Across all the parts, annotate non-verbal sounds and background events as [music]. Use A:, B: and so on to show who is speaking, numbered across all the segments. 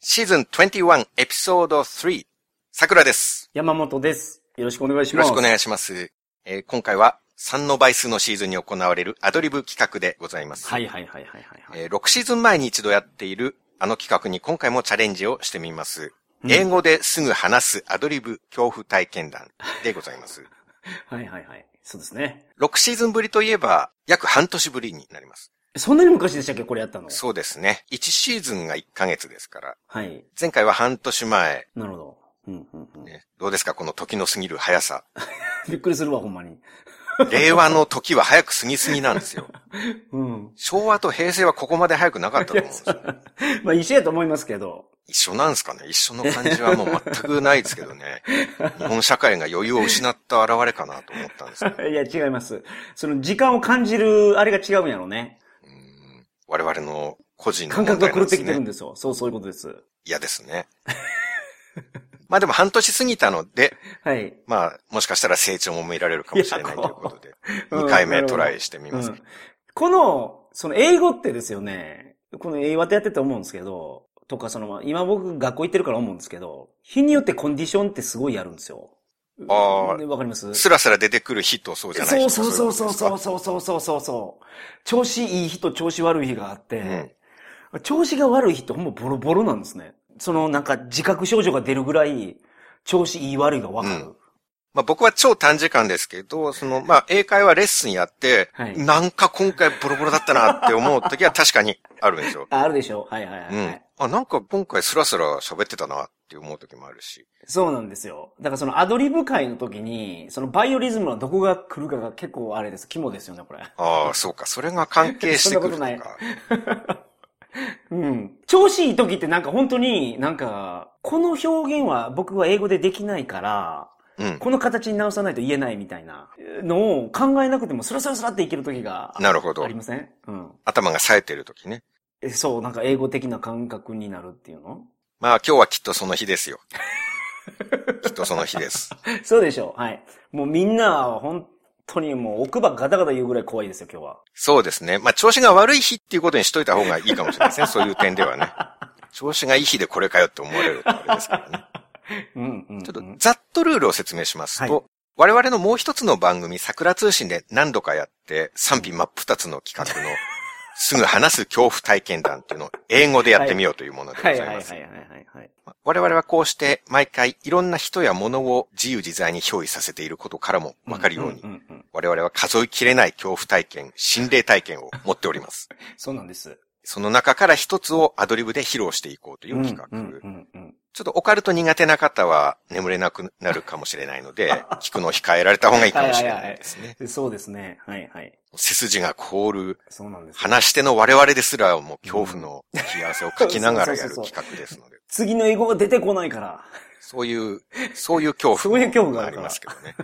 A: シーズン21エピソード3、桜です。
B: 山本です。よろしくお願いし
A: よ
B: ま
A: ろ
B: す。
A: しくお願いします。えー今回は3の倍数のシーズンに行われるアドリブ企画でございます。
B: はいはいはいはいはいはい。
A: えー6シーズン前に一度やっているあの企画に今回もチャレンジをしてみます。
B: うん
A: 英語ですぐ話すアドリブ恐怖体験談でございます。
B: はいはいはい。そうですね。
A: 6シーズンぶりといえば約半年ぶりになります。
B: そんなに昔でしたっけこれやったの。
A: そうですね。1シーズンが1ヶ月ですから。
B: はい。
A: 前回は半年前。
B: なるほど。うんうんうん。
A: ねどうですかこの時の過ぎる速さ。
B: びっくりするわ、ほんまに。
A: 令和の時は早く過ぎすぎなんです
B: [laughs]
A: よ。
B: うん。 [laughs]
A: 昭和と平成はここまで早くなかったと思うんですよ。
B: まあ一緒やと思いますけど。 [laughs]
A: 一緒なんですかね一緒の感じはもう全くないですけど
B: [laughs]
A: ね。日本社会が余裕を失った現れかなと思ったんですけど。
B: いや、違います。その時間を感じる、あれが違うんやろね。
A: うん我々の個人の
B: 感
A: 問
B: 覚
A: 題なん
B: が狂っ
A: で
B: て
A: す
B: きてるん
A: ね。
B: ですよ。そう、そういうことです。
A: 嫌ですね。 [laughs] まあでも半年過ぎたので、
B: はい。
A: まあもしかしたら成長も見られるかもしれない
B: いや
A: ということで、
B: うん
A: 2回目トライしてみ
B: う
A: ます
B: ん。この、その英語ってですよね、この英語ってやってて思うんですけど、とかその、今僕学校行ってるから思うんですけど、日によってコンディションってすごいやるんですよ。
A: あー
B: でわかります
A: スラスラ出てくる日とそうじゃない
B: そ
A: 日と
B: うそうそう
A: い
B: そう
A: ことですか
B: そうそうそうそうそうそう。調子いい日と調子悪い日があって、
A: う
B: 調子が悪い日ってほんまボロボロなんですね。そのなんか自覚症状が出るぐらい、調子いい悪いがわかる。
A: うんまあ僕は超短時間ですけど、そのまあ英会話レッスンやって、
B: はい。
A: なんか今回ボロボロだったなって思う時は確かにあるんですよ
B: ああるでしょはいはいはい、は
A: う
B: い
A: ん。あ、なんか今回スラスラ喋ってたなって思う時もあるし。
B: そうなんですよ。だからそのアドリブ会の時に、そのバイオリズムのどこが来るかが結構あれです。肝ですよね、これ。
A: ああ、そうか。それが関係してくると
B: そんなこ
A: か。
B: うん。調子いい時ってなんか本当になんか、この表現は僕は英語でできないから、
A: うん。
B: この形に直さないと言えないみたいなのを考えなくてもスラスラスラっていける時が
A: なるほど
B: あり。ませんうん
A: 頭が冴えてる時ね。
B: え。そう、なんか英語的な感覚になるっていうの
A: まあ今日はきっとその日です
B: [laughs]
A: よ。きっとその日です。
B: そうでしょう。はい。もうみんなは本当にもう奥歯ガタガタ言うぐらい怖いですよ、今日は。
A: そうですね。まあ調子が悪い日っていうことにしといた方がいいかもしれないですね。そういう点ではね。調子がいい日でこれかよって思われるとあれですからね。
B: うん、うん。
A: ちょっと
B: うん
A: ざっとルールを説明しますと、
B: はい
A: 我々のもう一つの番組、桜通信で何度かやって、賛否真っ二つの企
B: [laughs]
A: 画の、すぐ話す恐怖体験談っていうのを英語でやってみようというものでご
B: は
A: ざ
B: い
A: いま
B: はいはいは
A: す。
B: いはいはい。
A: 我々はこうして毎回いろんな人や物を自由自在に憑依させていることからもわかるように、
B: んんうん
A: 我々は数えきれない恐怖体験、心霊体験を持っております。
B: そうなんです。
A: その中から一つをアドリブで披露していこうという企画。
B: うんうんうんうん
A: ちょっとオカルト苦手な方は眠れなくなるかもしれないので、 [laughs] 聞くのを控えられた方がいいかもしれないですね。
B: でそうですね。はいはい。
A: 背筋が凍る、
B: そうなんです。
A: 話し手の我々ですらもう恐怖の冷や汗をかきながらやる企画ですので、
B: 次の英語が出てこないから。
A: そういう、そういう恐
B: そう
A: 怖
B: いう恐怖
A: も
B: があ
A: あ
B: る
A: り
B: から
A: ますけどね。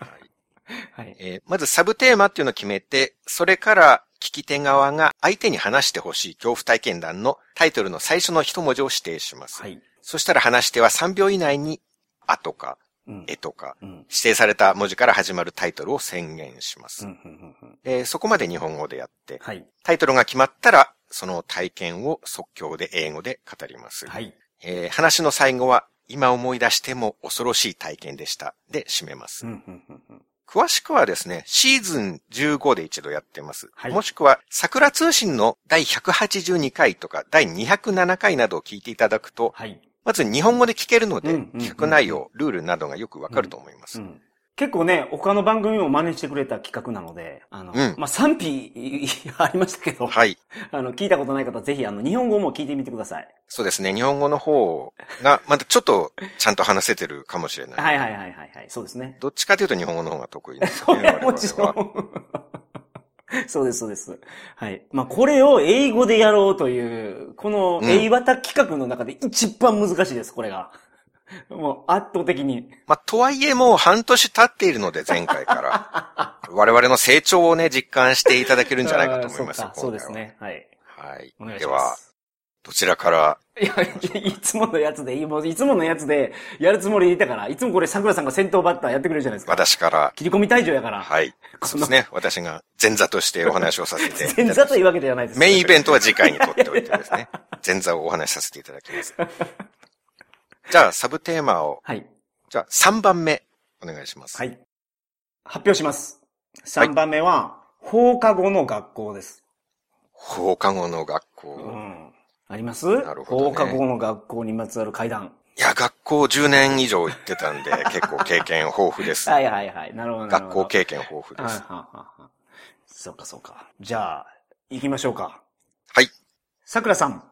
A: はい
B: はい。
A: えーまずサブテーマっていうのを決めて、それから聞き手側が相手に話してほしい恐怖体験談のタイトルの最初の一文字を指定します。
B: はい。
A: そしたら話し手は3秒以内に、あとか、
B: うん
A: えとか、
B: うん。
A: 指定された文字から始まるタイトルを宣言しま
B: う
A: す。
B: んうんうんうん
A: でそこまで日本語でやって、
B: はい。
A: タイトルが決まったら、その体験を即興で英語で語ります。
B: はい。
A: えー話の最後は、今思い出しても恐ろしい体験でした。で、締めます。
B: うんうんうんうん
A: 詳しくはですね、シーズン15で一度やってます。
B: はい
A: もしくは、桜通信の第182回とか、第207回などを聞いていただくと、
B: はい。
A: まず日本語で聞けるので、
B: うんうんうんうん
A: 企画内容、ルールなどがよくわかると思います。
B: うん結構ね、他の番組も真似してくれた企画なので、あの、
A: うん
B: まあ、賛否 [laughs] ありましたけど、
A: はい。
B: あの、聞いたことない方、ぜひ、あの、日本語も聞いてみてください。
A: そうですね。日本語の方が、まだちょっとちゃんと話せてるかもしれない。
B: はいはいはいはいはい。そうですね。
A: どっちかというと日本語の方が得意です
B: そ
A: ね、
B: れはもちろん。そうです、そうです。はい。まあ、これを英語でやろうという、この
A: うん
B: 英和田企画の中で一番難しいです、これが。もう圧倒的に。
A: まあ、とはいえもう半年経っているので、前回から。
B: [laughs]
A: 我々の成長をね、実感していただけるんじゃないかと思います
B: あーそうかそうです。ね。はい。
A: 今回はは
B: お願
A: い。
B: い
A: で
B: しま
A: は、
B: す。
A: どちらから、
B: いや、いつものやつでいい、もういつものやつでやるつもりでいたから、いつもこれ桜さんが先頭バッターやってくれるじゃないですか。
A: 私から、
B: 切り込み隊長やから。
A: はい。そうですね。私が前座としてお話をさせていただきます。
B: 前座というわけではないです。
A: メインイベントは次回にとっておいてですね。
B: [laughs]
A: 前座をお話しさせていただきます。じゃあ、サブテーマを、
B: はい。
A: じゃあ3番目、お願いします。
B: はい。発表します。3番目は、放課後の学校です。
A: 放課後の学
B: う
A: 校。
B: ん。あります、
A: なるほどね
B: 放課後の学校にまつわる階段。
A: いや、学校10年以上行ってたん
B: [laughs]
A: で、結構経験豊富です。
B: はいはいはい。なるほどな
A: 学
B: るほど。
A: 校経験豊富
B: は
A: で
B: いはい
A: す。
B: はいはい。そうかそうか。じゃあ、行きましょうか。
A: はい。
B: 桜さん、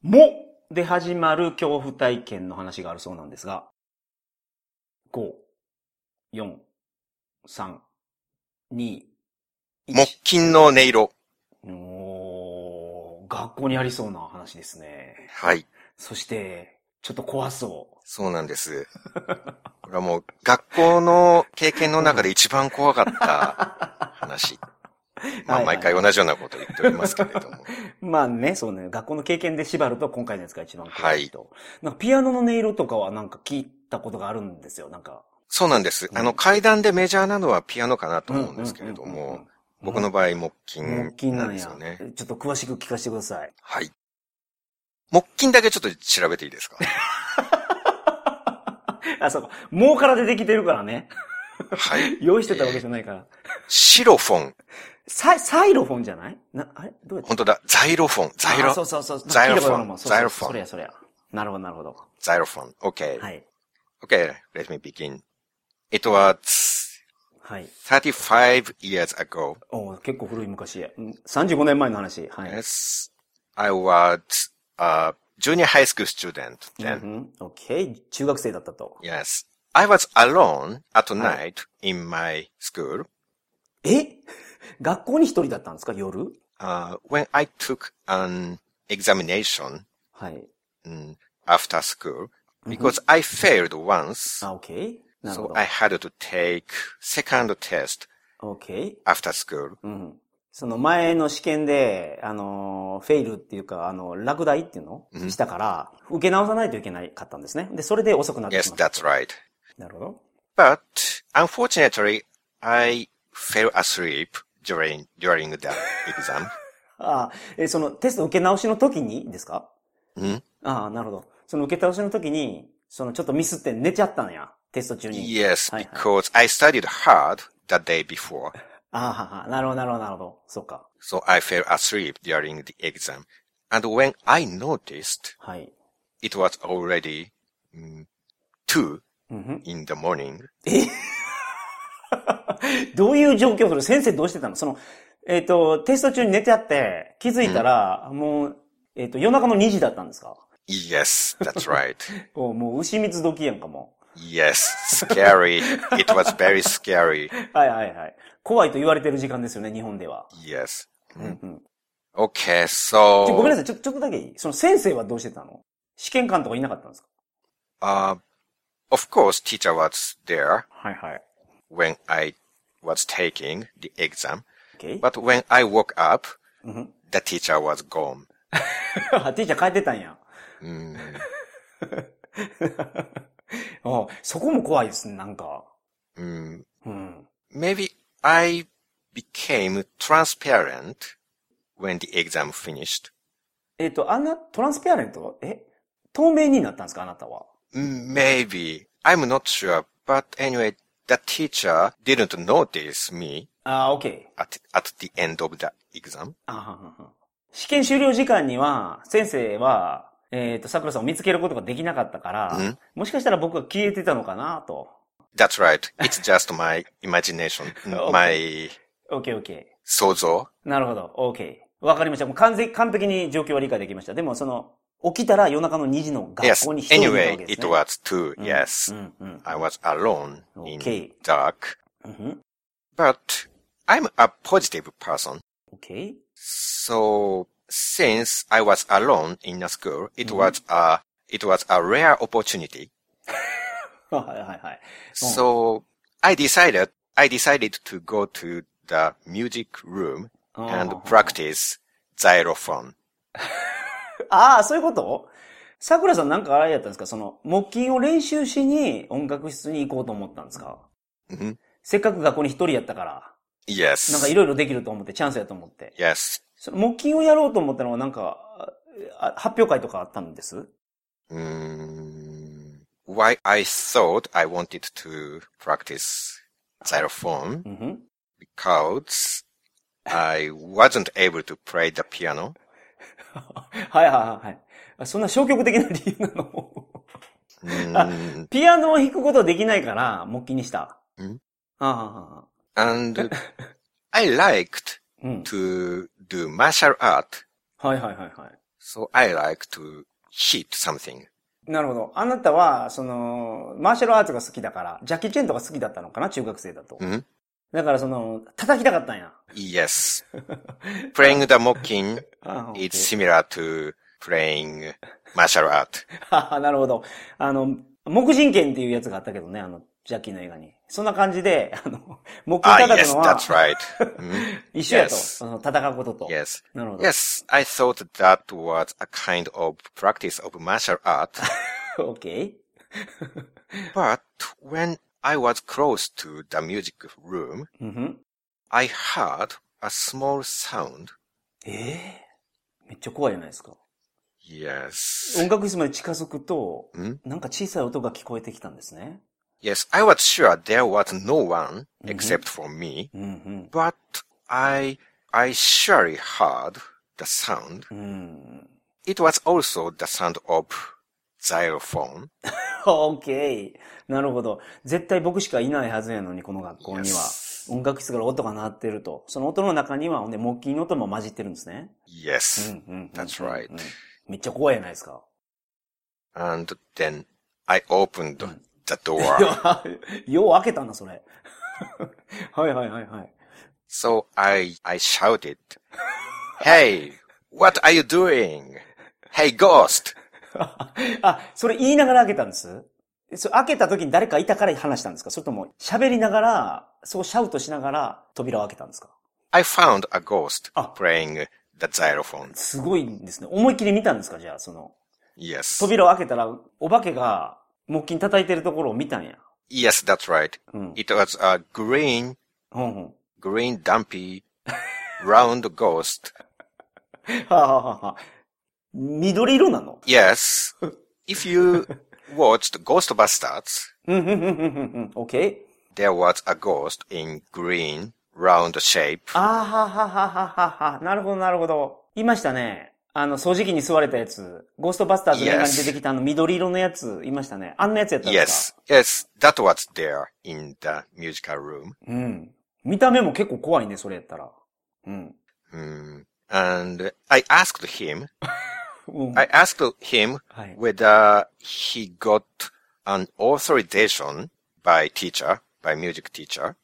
B: もで始まる恐怖体験の話があるそうなんですが、5、4、3、2、
A: 木琴の音色。
B: 1。おー学校にありそうな話ですね。
A: はい。
B: そして、ちょっと怖そ
A: そうなんです。これはもう、学校の経験の中で一番怖かった
B: [laughs]
A: 話。ま
B: はいは
A: あ、
B: い
A: 毎回同じようなことを言っておりますけれど
B: [laughs]
A: も。
B: う。まあね、そうね、学校の経験で縛ると今回のやつが一番怖いと。なんかピアノの音色とかはなんか聞いたことがあるんですよ、なんか。
A: そうなんです。あ
B: う
A: の、
B: ん
A: 階段でメジャーなのはピアノかなと思うんですけれど
B: うんうんうんうん
A: も、、僕の場合、木琴
B: 木琴
A: な
B: なんん
A: で
B: や
A: すよね。
B: ちょっと詳しく聞かせてください。
A: はい。木琴だけちょっと調べていい
B: [laughs]
A: ですか
B: あ、そうか。もうから出てきてるからね。
A: はい。
B: 用意してたわけじゃないから。
A: シロフォン。
B: サイ、サイロフォンじゃないな、あれどうやって
A: 本当だ。ザイロフォン。ザイ
B: あそ
A: ロ、
B: うそうそう。
A: ザイロフォン
B: 聞いたことあるもんそうそう
A: ザイロフォン
B: それやそれや。なるほど、なるほど。
A: ザイロフォン。Okay.
B: はい。
A: Okay, let me begin. It was
B: はい。
A: 35 years ago.
B: おう結構古い昔。うん35年前の話。はい。
A: Yes. I was a junior high school student
B: うんう
A: then.
B: ん、オッケー。中学生だったと。
A: Yes. I was alone at night in my school.
B: え学校に一人だったんですか夜
A: uh, when I took an examination
B: はい。
A: mm, after school, because I failed once,
B: あ、オッケー。なるほ
A: so
B: ど。
A: I had to take second test
B: オッケー。
A: after school.
B: うん。その前の試験で、あのー、フェイルっていうか、あの、落第っていうの
A: うん
B: したから、受け直さないといけないかったんですね。で、それで遅くなって
A: Yes,
B: しまった。
A: that's right.
B: なるほど。
A: But unfortunately, I fell asleep during during the [laughs] exam.
B: ああ、え、そのテスト受け直しの時にですか
A: Mm?
B: ああ、なるほど。その受け倒しの時に、そのちょっとミスって寝ちゃったのや。テスト中に。
A: Yes,
B: はいはい。
A: because I studied hard the day before,
B: ああ、ははなるほど、なるほど、なるほど。そうか。
A: so I fell asleep during the exam. And when I noticed,
B: はい。
A: it was already mm, two
B: うんふん
A: in the morning.
B: どういう状況それ先生どうしてたのその、えっ、と、テスト中に寝てあって、気づいたら、もう、えっ、と、夜中の2時だったんですか
A: Yes, that's right.
B: おもう牛蜜時やんかも
A: yes, scary. It was very scary.
B: う。はいはいはい。怖いと言われてる時間ですよね、日本では。
A: Yes.
B: うんうん。
A: Okay,
B: ちょごめん
A: so
B: なさい、ちょ、ちょっとだけいいその先生はどうしてたの試験官とかいなかったんです
A: uh,
B: か
A: of course, teacher was there
B: はいはい。
A: when I was taking the exam,
B: OK?
A: but when I woke up,
B: うんふん
A: the teacher was gone.
B: あティーチャー帰ってたんや。 [laughs]
A: Mm,
B: あそこも怖いですね、なんか。
A: mm,
B: うん。
A: maybe I became transparent when the exam finished.
B: えっ、と、あんな、トランスペアレントえ透明になったんですかあなたは。
A: Mm, Maybe. I'm not sure. But anyway, the teacher didn't notice me
B: あー、OK。
A: at, at the end of the exam.
B: あははは試験終了時間には、先生は、えっ、と、桜さんを見つけることができなかったから、
A: うん
B: もしかしたら僕が消えてたのかなと。
A: That's right. It's just my imagination,
B: Okay.
A: my
B: オッケーオッケ
A: sozo.
B: ー。なるほど。オッケー。わかりました。もう完全、完璧に状況は理解できました。でも、その、起きたら夜中の2時の学
A: Yes.
B: 校に一人いたわけ
A: Anyway,
B: です、
A: it
B: ね。
A: was two.
B: うん
A: Yes.
B: うんうん。
A: I was alone in
B: Mm. Okay.
A: dark.
B: うんふん。
A: But I'm a positive person.
B: オッケー。
A: So since I was alone in a school, it
B: Mhm.
A: was a, it was a rare opportunity
B: あはいはいはい。うん
A: So I decided, I decided to go to the music room
B: あー
A: and practice xylophone.
B: ああ、そういうこと桜さんなんかあれやったんですかその、木琴を練習しに音楽室に行こうと思ったんですか
A: うん
B: せっかく学校に一人やったから、
A: Mm-hmm. ?Yes.
B: なんかいろいろできると思って、チャンスやと思って。
A: Yes.
B: その木琴をやろうと思ったのはなんか、あ発表会とかあったんです
A: うーん Mm, Why I thought I wanted to practice xylophone
B: うんふん [laughs]
A: because I wasn't able to play the piano.
B: はいはいはいはいあ。そんな消極的な理由なの [laughs]
A: うーん
B: ピアノを弾くことできないから、木琴にした。
A: うん
B: ああああ、あ
A: and I liked
B: あうん。
A: to do martial art,
B: はいはいはいは
A: so I like to hit something.
B: い。なるほど。あなたは、その、マーシャルアーツが好きだから、ジャッキー・チェンとか好きだったのかな中学生だと。
A: うん
B: だからその、叩きたかったんや。
A: Mm, Yes. playing the mocking
B: ああ
A: is similar to playing martial art.
B: ははなるほど。 [laughs] あの、木人剣っていうやつがあったけどね、あの、ジャッキーの映画に。そんな感じで、あの、木琴
A: Ah,
B: 叩く
A: yes,
B: のは
A: that's right. うん
B: [laughs] 一緒やと。
A: Yes.
B: あの戦うことと。
A: Yes.
B: なるほど。
A: Yes, I thought that was a kind of practice of martial art,
B: オッケー。
A: but when I was close to the music room,
B: うんふん
A: I heard a small sound.
B: ええめっちゃ怖いじゃないですか。
A: Yes.
B: 音楽室まで近づくと、
A: ん
B: なんか小さい音が聞こえてきたんですね。
A: Yes, I was sure there was no one except for me,
B: うん、
A: but I, I surely heard the sound.
B: うん。うん。
A: It was also the sound of xylophone.
B: オッケー。なるほど。絶対僕しかいないはずやのに、この学校には。
A: Yes.
B: 音楽室から音が鳴ってると。その音の中には、ほんで、木琴の音も混じってるんですね。
A: Yes.
B: うんうんうんうん
A: That's right.
B: めっちゃ怖いじゃないですか。 [laughs]
A: And then I opened the door.
B: よう開けたな、それ。 [laughs] はいはいはいはい。
A: So I, I shouted, Hey, what are you doing? Hey, ghost!
B: あ、それ言いながら開けたんですそれ開けた時に誰かいたから話したんですかそれとも喋りながら、そうシャウトしながら扉を開けたんですか
A: I found a ghost
B: Ah.
A: playing the xylophone.
B: すごいんですね。思いっきり見たんですかじゃあ、その。
A: Yes.
B: 扉を開けたら、お化けが木琴叩いてるところを見たんや。
A: Yes, that's right.
B: うん。
A: It was a green,
B: ほんほん。
A: green, dumpy, round ghost.
B: はあ、はあはあ、緑色なの
A: Yes. If you watched Ghostbusters,
B: うん、うん、うん、うん、うん。オッケー
A: there was a ghost in green, round shape.
B: ああ、はははははは。なるほど、なるほど。いましたね。あの、掃除機に吸われたやつ。ゴーストバスターズの映画に出てきたあの緑色のやつ、いましたね。あんなやつやったんですか
A: Yes. Yes, that was there in the musical room.
B: うん。見た目も結構怖いね、それやったら。うん。
A: Hmm. And I asked him,
B: うん、
A: I asked him
B: はい。
A: whether he got an authorization by teacher, by music teacher.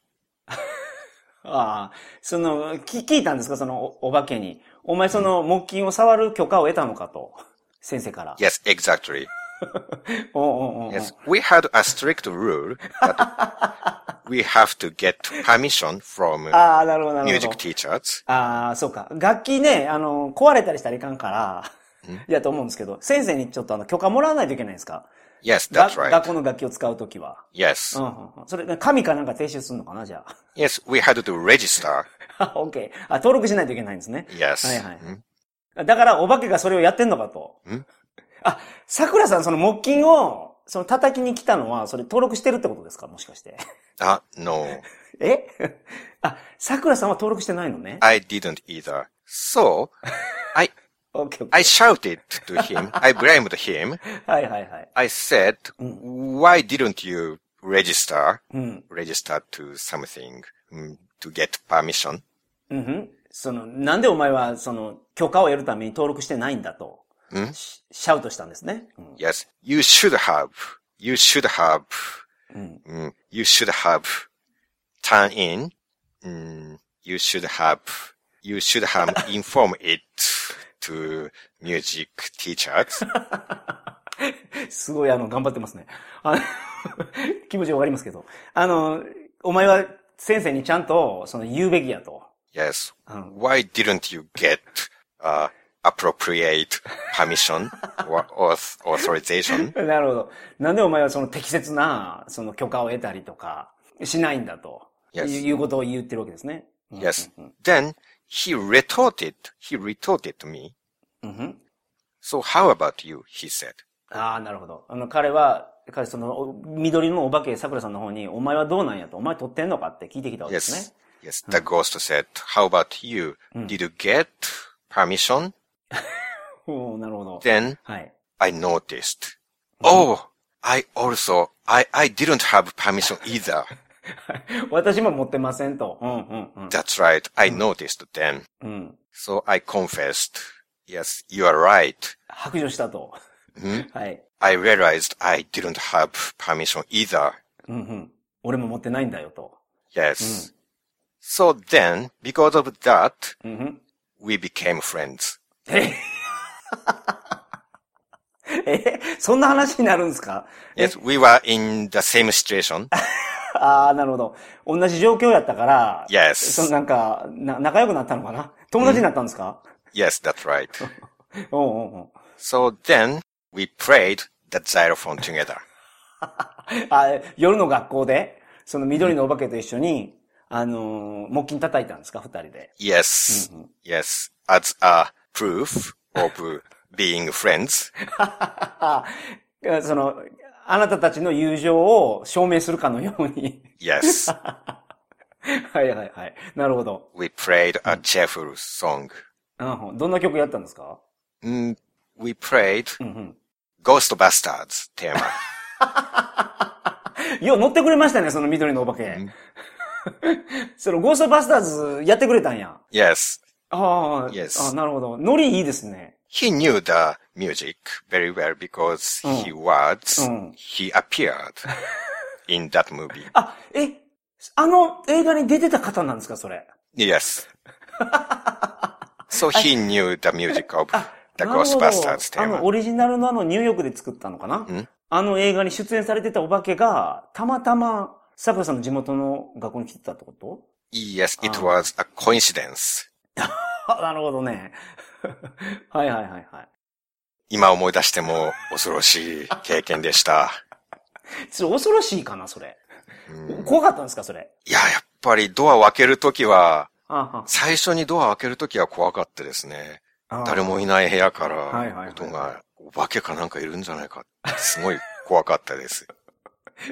B: ああ、その、き聞いたんですかそのお、お化けに。お前その、木琴を触る許可を得たのかと。先生から。
A: Yes, exactly.
B: おうおうおう
A: Yes, we had a strict rule that we have to get permission from
B: ああ、なるほど、なるほど
A: music。teachers.
B: ああ、そうか。楽器ね、あの、壊れたりしたらいかんから、やと思うんですけど、先生にちょっとあの、許可もらわないといけないんですか
A: Yes,
B: が
A: that's right.
B: 学校の楽器を使うときは。う
A: Yes.
B: んうんうん。それ、紙かなんか提出するのかな、じゃ
A: Yes, we had to register.
B: あ。 [laughs] オッケー。あ、登録しないといけないんですね。
A: Yes.
B: はいはい
A: Mm.
B: だから、お化けがそれをやってんのかと。
A: ん
B: あ、桜さん、その木琴を、その叩きに来たのは、それ登録してるってことですかもしかして。 [laughs]
A: Ah, no,
B: え [laughs] あ、桜さんは登録してないのね。
A: I didn't either. So I,
B: オッケーオッケ
A: I shouted to him. I blamed him.
B: ー。はいはいはい。
A: I said, why didn't you register,
B: うん。
A: register to something mm, to get permission?
B: うんふん。その、なんでお前は、その、許可を得るために登録してないんだと、
A: ん
B: しシャウトしたんですね。うん。
A: Yes, you should have, you should have, mm, you should have turn in, mm, you should have, you should have informed it to music teachers.
B: すごい、あの、頑張ってますね。あ [laughs] 気持ちわかりますけど。あの、お前は先生にちゃんと、その、言うべきやと。
A: Yes,
B: Oh.
A: why didn't you get, uh, appropriate permission or auth- authorization.
B: [laughs] なるほど。なんでお前はその適切な、その許可を得たりとか、しないんだと、
A: Yes.
B: いういうことを言ってるわけですね。うん
A: Yes.
B: うん
A: Then he retorted, he retorted to me.
B: うんうん
A: So how about you? He said.
B: ああ、なるほど。あの、彼は、彼、その、お緑のお化け、桜さんの方に、お前はどうなんやと、お前取ってんのかって聞いてきたわけですね
A: Yes.。Yes. The ghost said, how about you? Did you get permission?
B: おーなるほど。
A: Then
B: はい。
A: I noticed. Oh, I also, I, I didn't have permission either.
B: 私も持ってませんと。うんうんうん。
A: That's right. I noticed then.
B: うん。
A: So I confessed. Yes, you are right.
B: 白状したと。 [laughs] はい。
A: I realized I didn't have permission either.
B: うんうん。俺も持ってないんだよと。
A: Yes. So then, because of that,
B: うんうん。
A: we became friends.
B: え [laughs] えそんな話になるんですか
A: Yes, we were in the same situation.
B: ああ、なるほど。同じ状況やったから、
A: Yes.
B: そのなんかな、仲良くなったのかな友達になったんですか、
A: yes, that's right.
B: おうんうんうん。
A: So then, we played the xylophone together.
B: あ夜の学校で、その緑のお化けと一緒に、あのー木琴叩いたんですか二人で。
A: Yes, yes, as a proof of being friends.
B: あその、あなたたちの友情を証明するかのように。 [laughs]
A: Yes,
B: はいはいはい。なるほど。
A: we played a cheerful song.
B: うん、どんな曲やったんですか
A: Mm, we played
B: うんうん。
A: Ghostbusters theme.
B: よう乗ってくれましたね、その緑のお化け。 [laughs] そのゴーストバスターズやってくれたんや。
A: yes,
B: ああ、
A: Yes.
B: あなるほど。ノリいいですね。
A: he knew the music very well because he was,
B: Mm.
A: he
B: [laughs]
A: appeared in that movie.
B: あ、え、あの映画に出てた方なんですか、それ。
A: Yes. so he knew the music of the
B: なるほど
A: Ghostbusters
B: あの、
A: theme.
B: オリジナルのあのニューヨークで作ったのかな、あの映画に出演されてたお化けが、たまたま、桜さんの地元の学校に来てたってこと
A: Yes, it was a coincidence.
B: あ、なるほどね。 [laughs] はいはいはいはい。
A: 今思い出しても恐ろしい経験でした。
B: それ恐ろしいかな、それ。怖かったんですか、それ。
A: いや、やっぱりドアを開けるときは、
B: あ
A: 最初にドアを開けるときは怖かったですね。
B: あ
A: 誰もいない部屋か
B: はいはいは
A: ら
B: い
A: 音が、お化けかなんかいるんじゃないかってすごい怖かったです。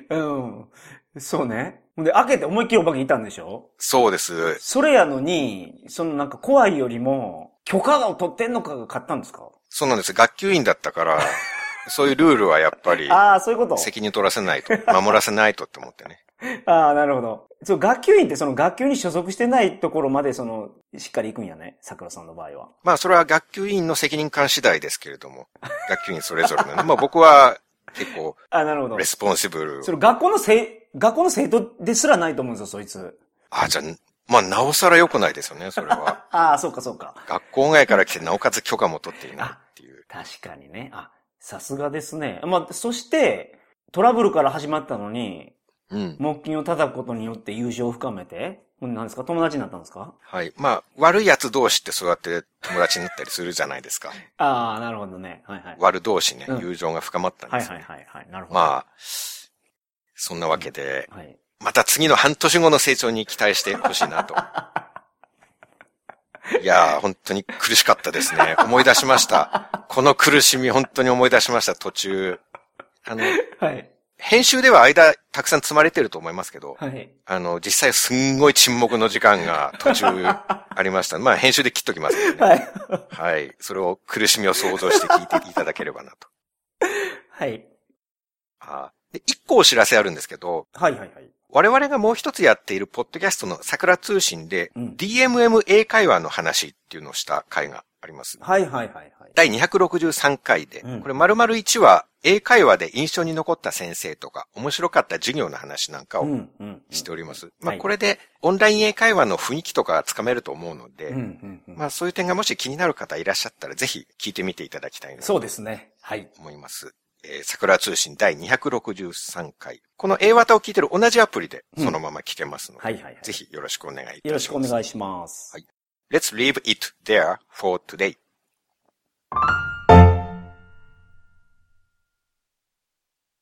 B: うん。そうね。ほんで、開けて思いっきりお化けいたんでしょ
A: そうです。
B: それやのに、そのなんか怖いよりも、許可を取ってんのかが買ったんですか
A: そうなんです。学級委員だったから、
B: [laughs]
A: そういうルールはやっぱり
B: ああ、そういうこと。
A: 責任取らせないと、守らせないとって思ってね。
B: [laughs] ああ、なるほど。そう、学級委員ってその学級に所属してないところまでその、しっかり行くんやね。桜さんの場合は。
A: まあそれは学級委員の責任感次第ですけれど
B: [laughs]
A: も、学級委員それぞれのね。まあ僕は結構
B: ああ、なるほど
A: レ。スポンシブル
B: そ。れ学校のせい、学校の生徒ですらないと思うんですよ、そいつ。
A: あ、じゃあ、まあなおさら良くないですよね、それ
B: [laughs]
A: は。
B: ああ、そうかそうか。
A: 学校外から来てなおかつ許可も取っていないっていう。
B: 確かにね。あ、さすがですね。まあ、そして、トラブルから始まったのに、
A: うん。
B: 木琴を叩くことによって友情を深めて、何ですか友達になったんですか
A: はい。まあ、悪い奴同士ってそうやって友達になったりするじゃないですか。
B: ああ、なるほどね。はいはい。
A: 悪同士ね
B: うん、
A: 友情が深まったん
B: は
A: で
B: い
A: すよ
B: はい
A: ね。
B: はいはい。なるほど。
A: まあ、そんなわけで、
B: はい。
A: また次の半年後の成長に期待してほしいなと。いやー、本当に苦しかったですね。思い出しました。この苦しみ、本当に思い出しました、途中。あの、
B: はい。
A: 編集では間、たくさん積まれてると思いますけど、
B: はい。
A: あの、実際すんごい沈黙の時間が途中
B: [laughs]
A: ありました。まあ、編集で切っときますけどね。
B: はい。
A: はい。それを苦しみを想像して聞いていただければなと。
B: はい。
A: あーで、一個お知らせあるんですけど、
B: はいはいはい。
A: 我々がもう一つやっているポッドキャストの桜通信で、
B: うん
A: DMM 英会話の話っていうのをした回があります。
B: はいはいはいはい。
A: 第263回で、
B: うん
A: これ丸々1話、英会話で印象に残った先生とか、面白かった授業の話なんか
B: うん
A: を
B: うんうん。
A: しております。
B: うん
A: まあ、
B: はい
A: これでオンライン英会話の雰囲気とかつかめると思うので、
B: うんうんうん。
A: まあ、そういう点がもし気になる方いらっしゃったら、ぜひ聞いてみていただきたいなと
B: そうですね。はい。
A: 思います。えー桜通信第263回。この A 型を聞いてる同じアプリでそのまま聞けますので、
B: はいはいはい。
A: ぜ。ひよろしくお願いいたします。
B: よろしくお願いします。
A: Let's leave it there for today. した。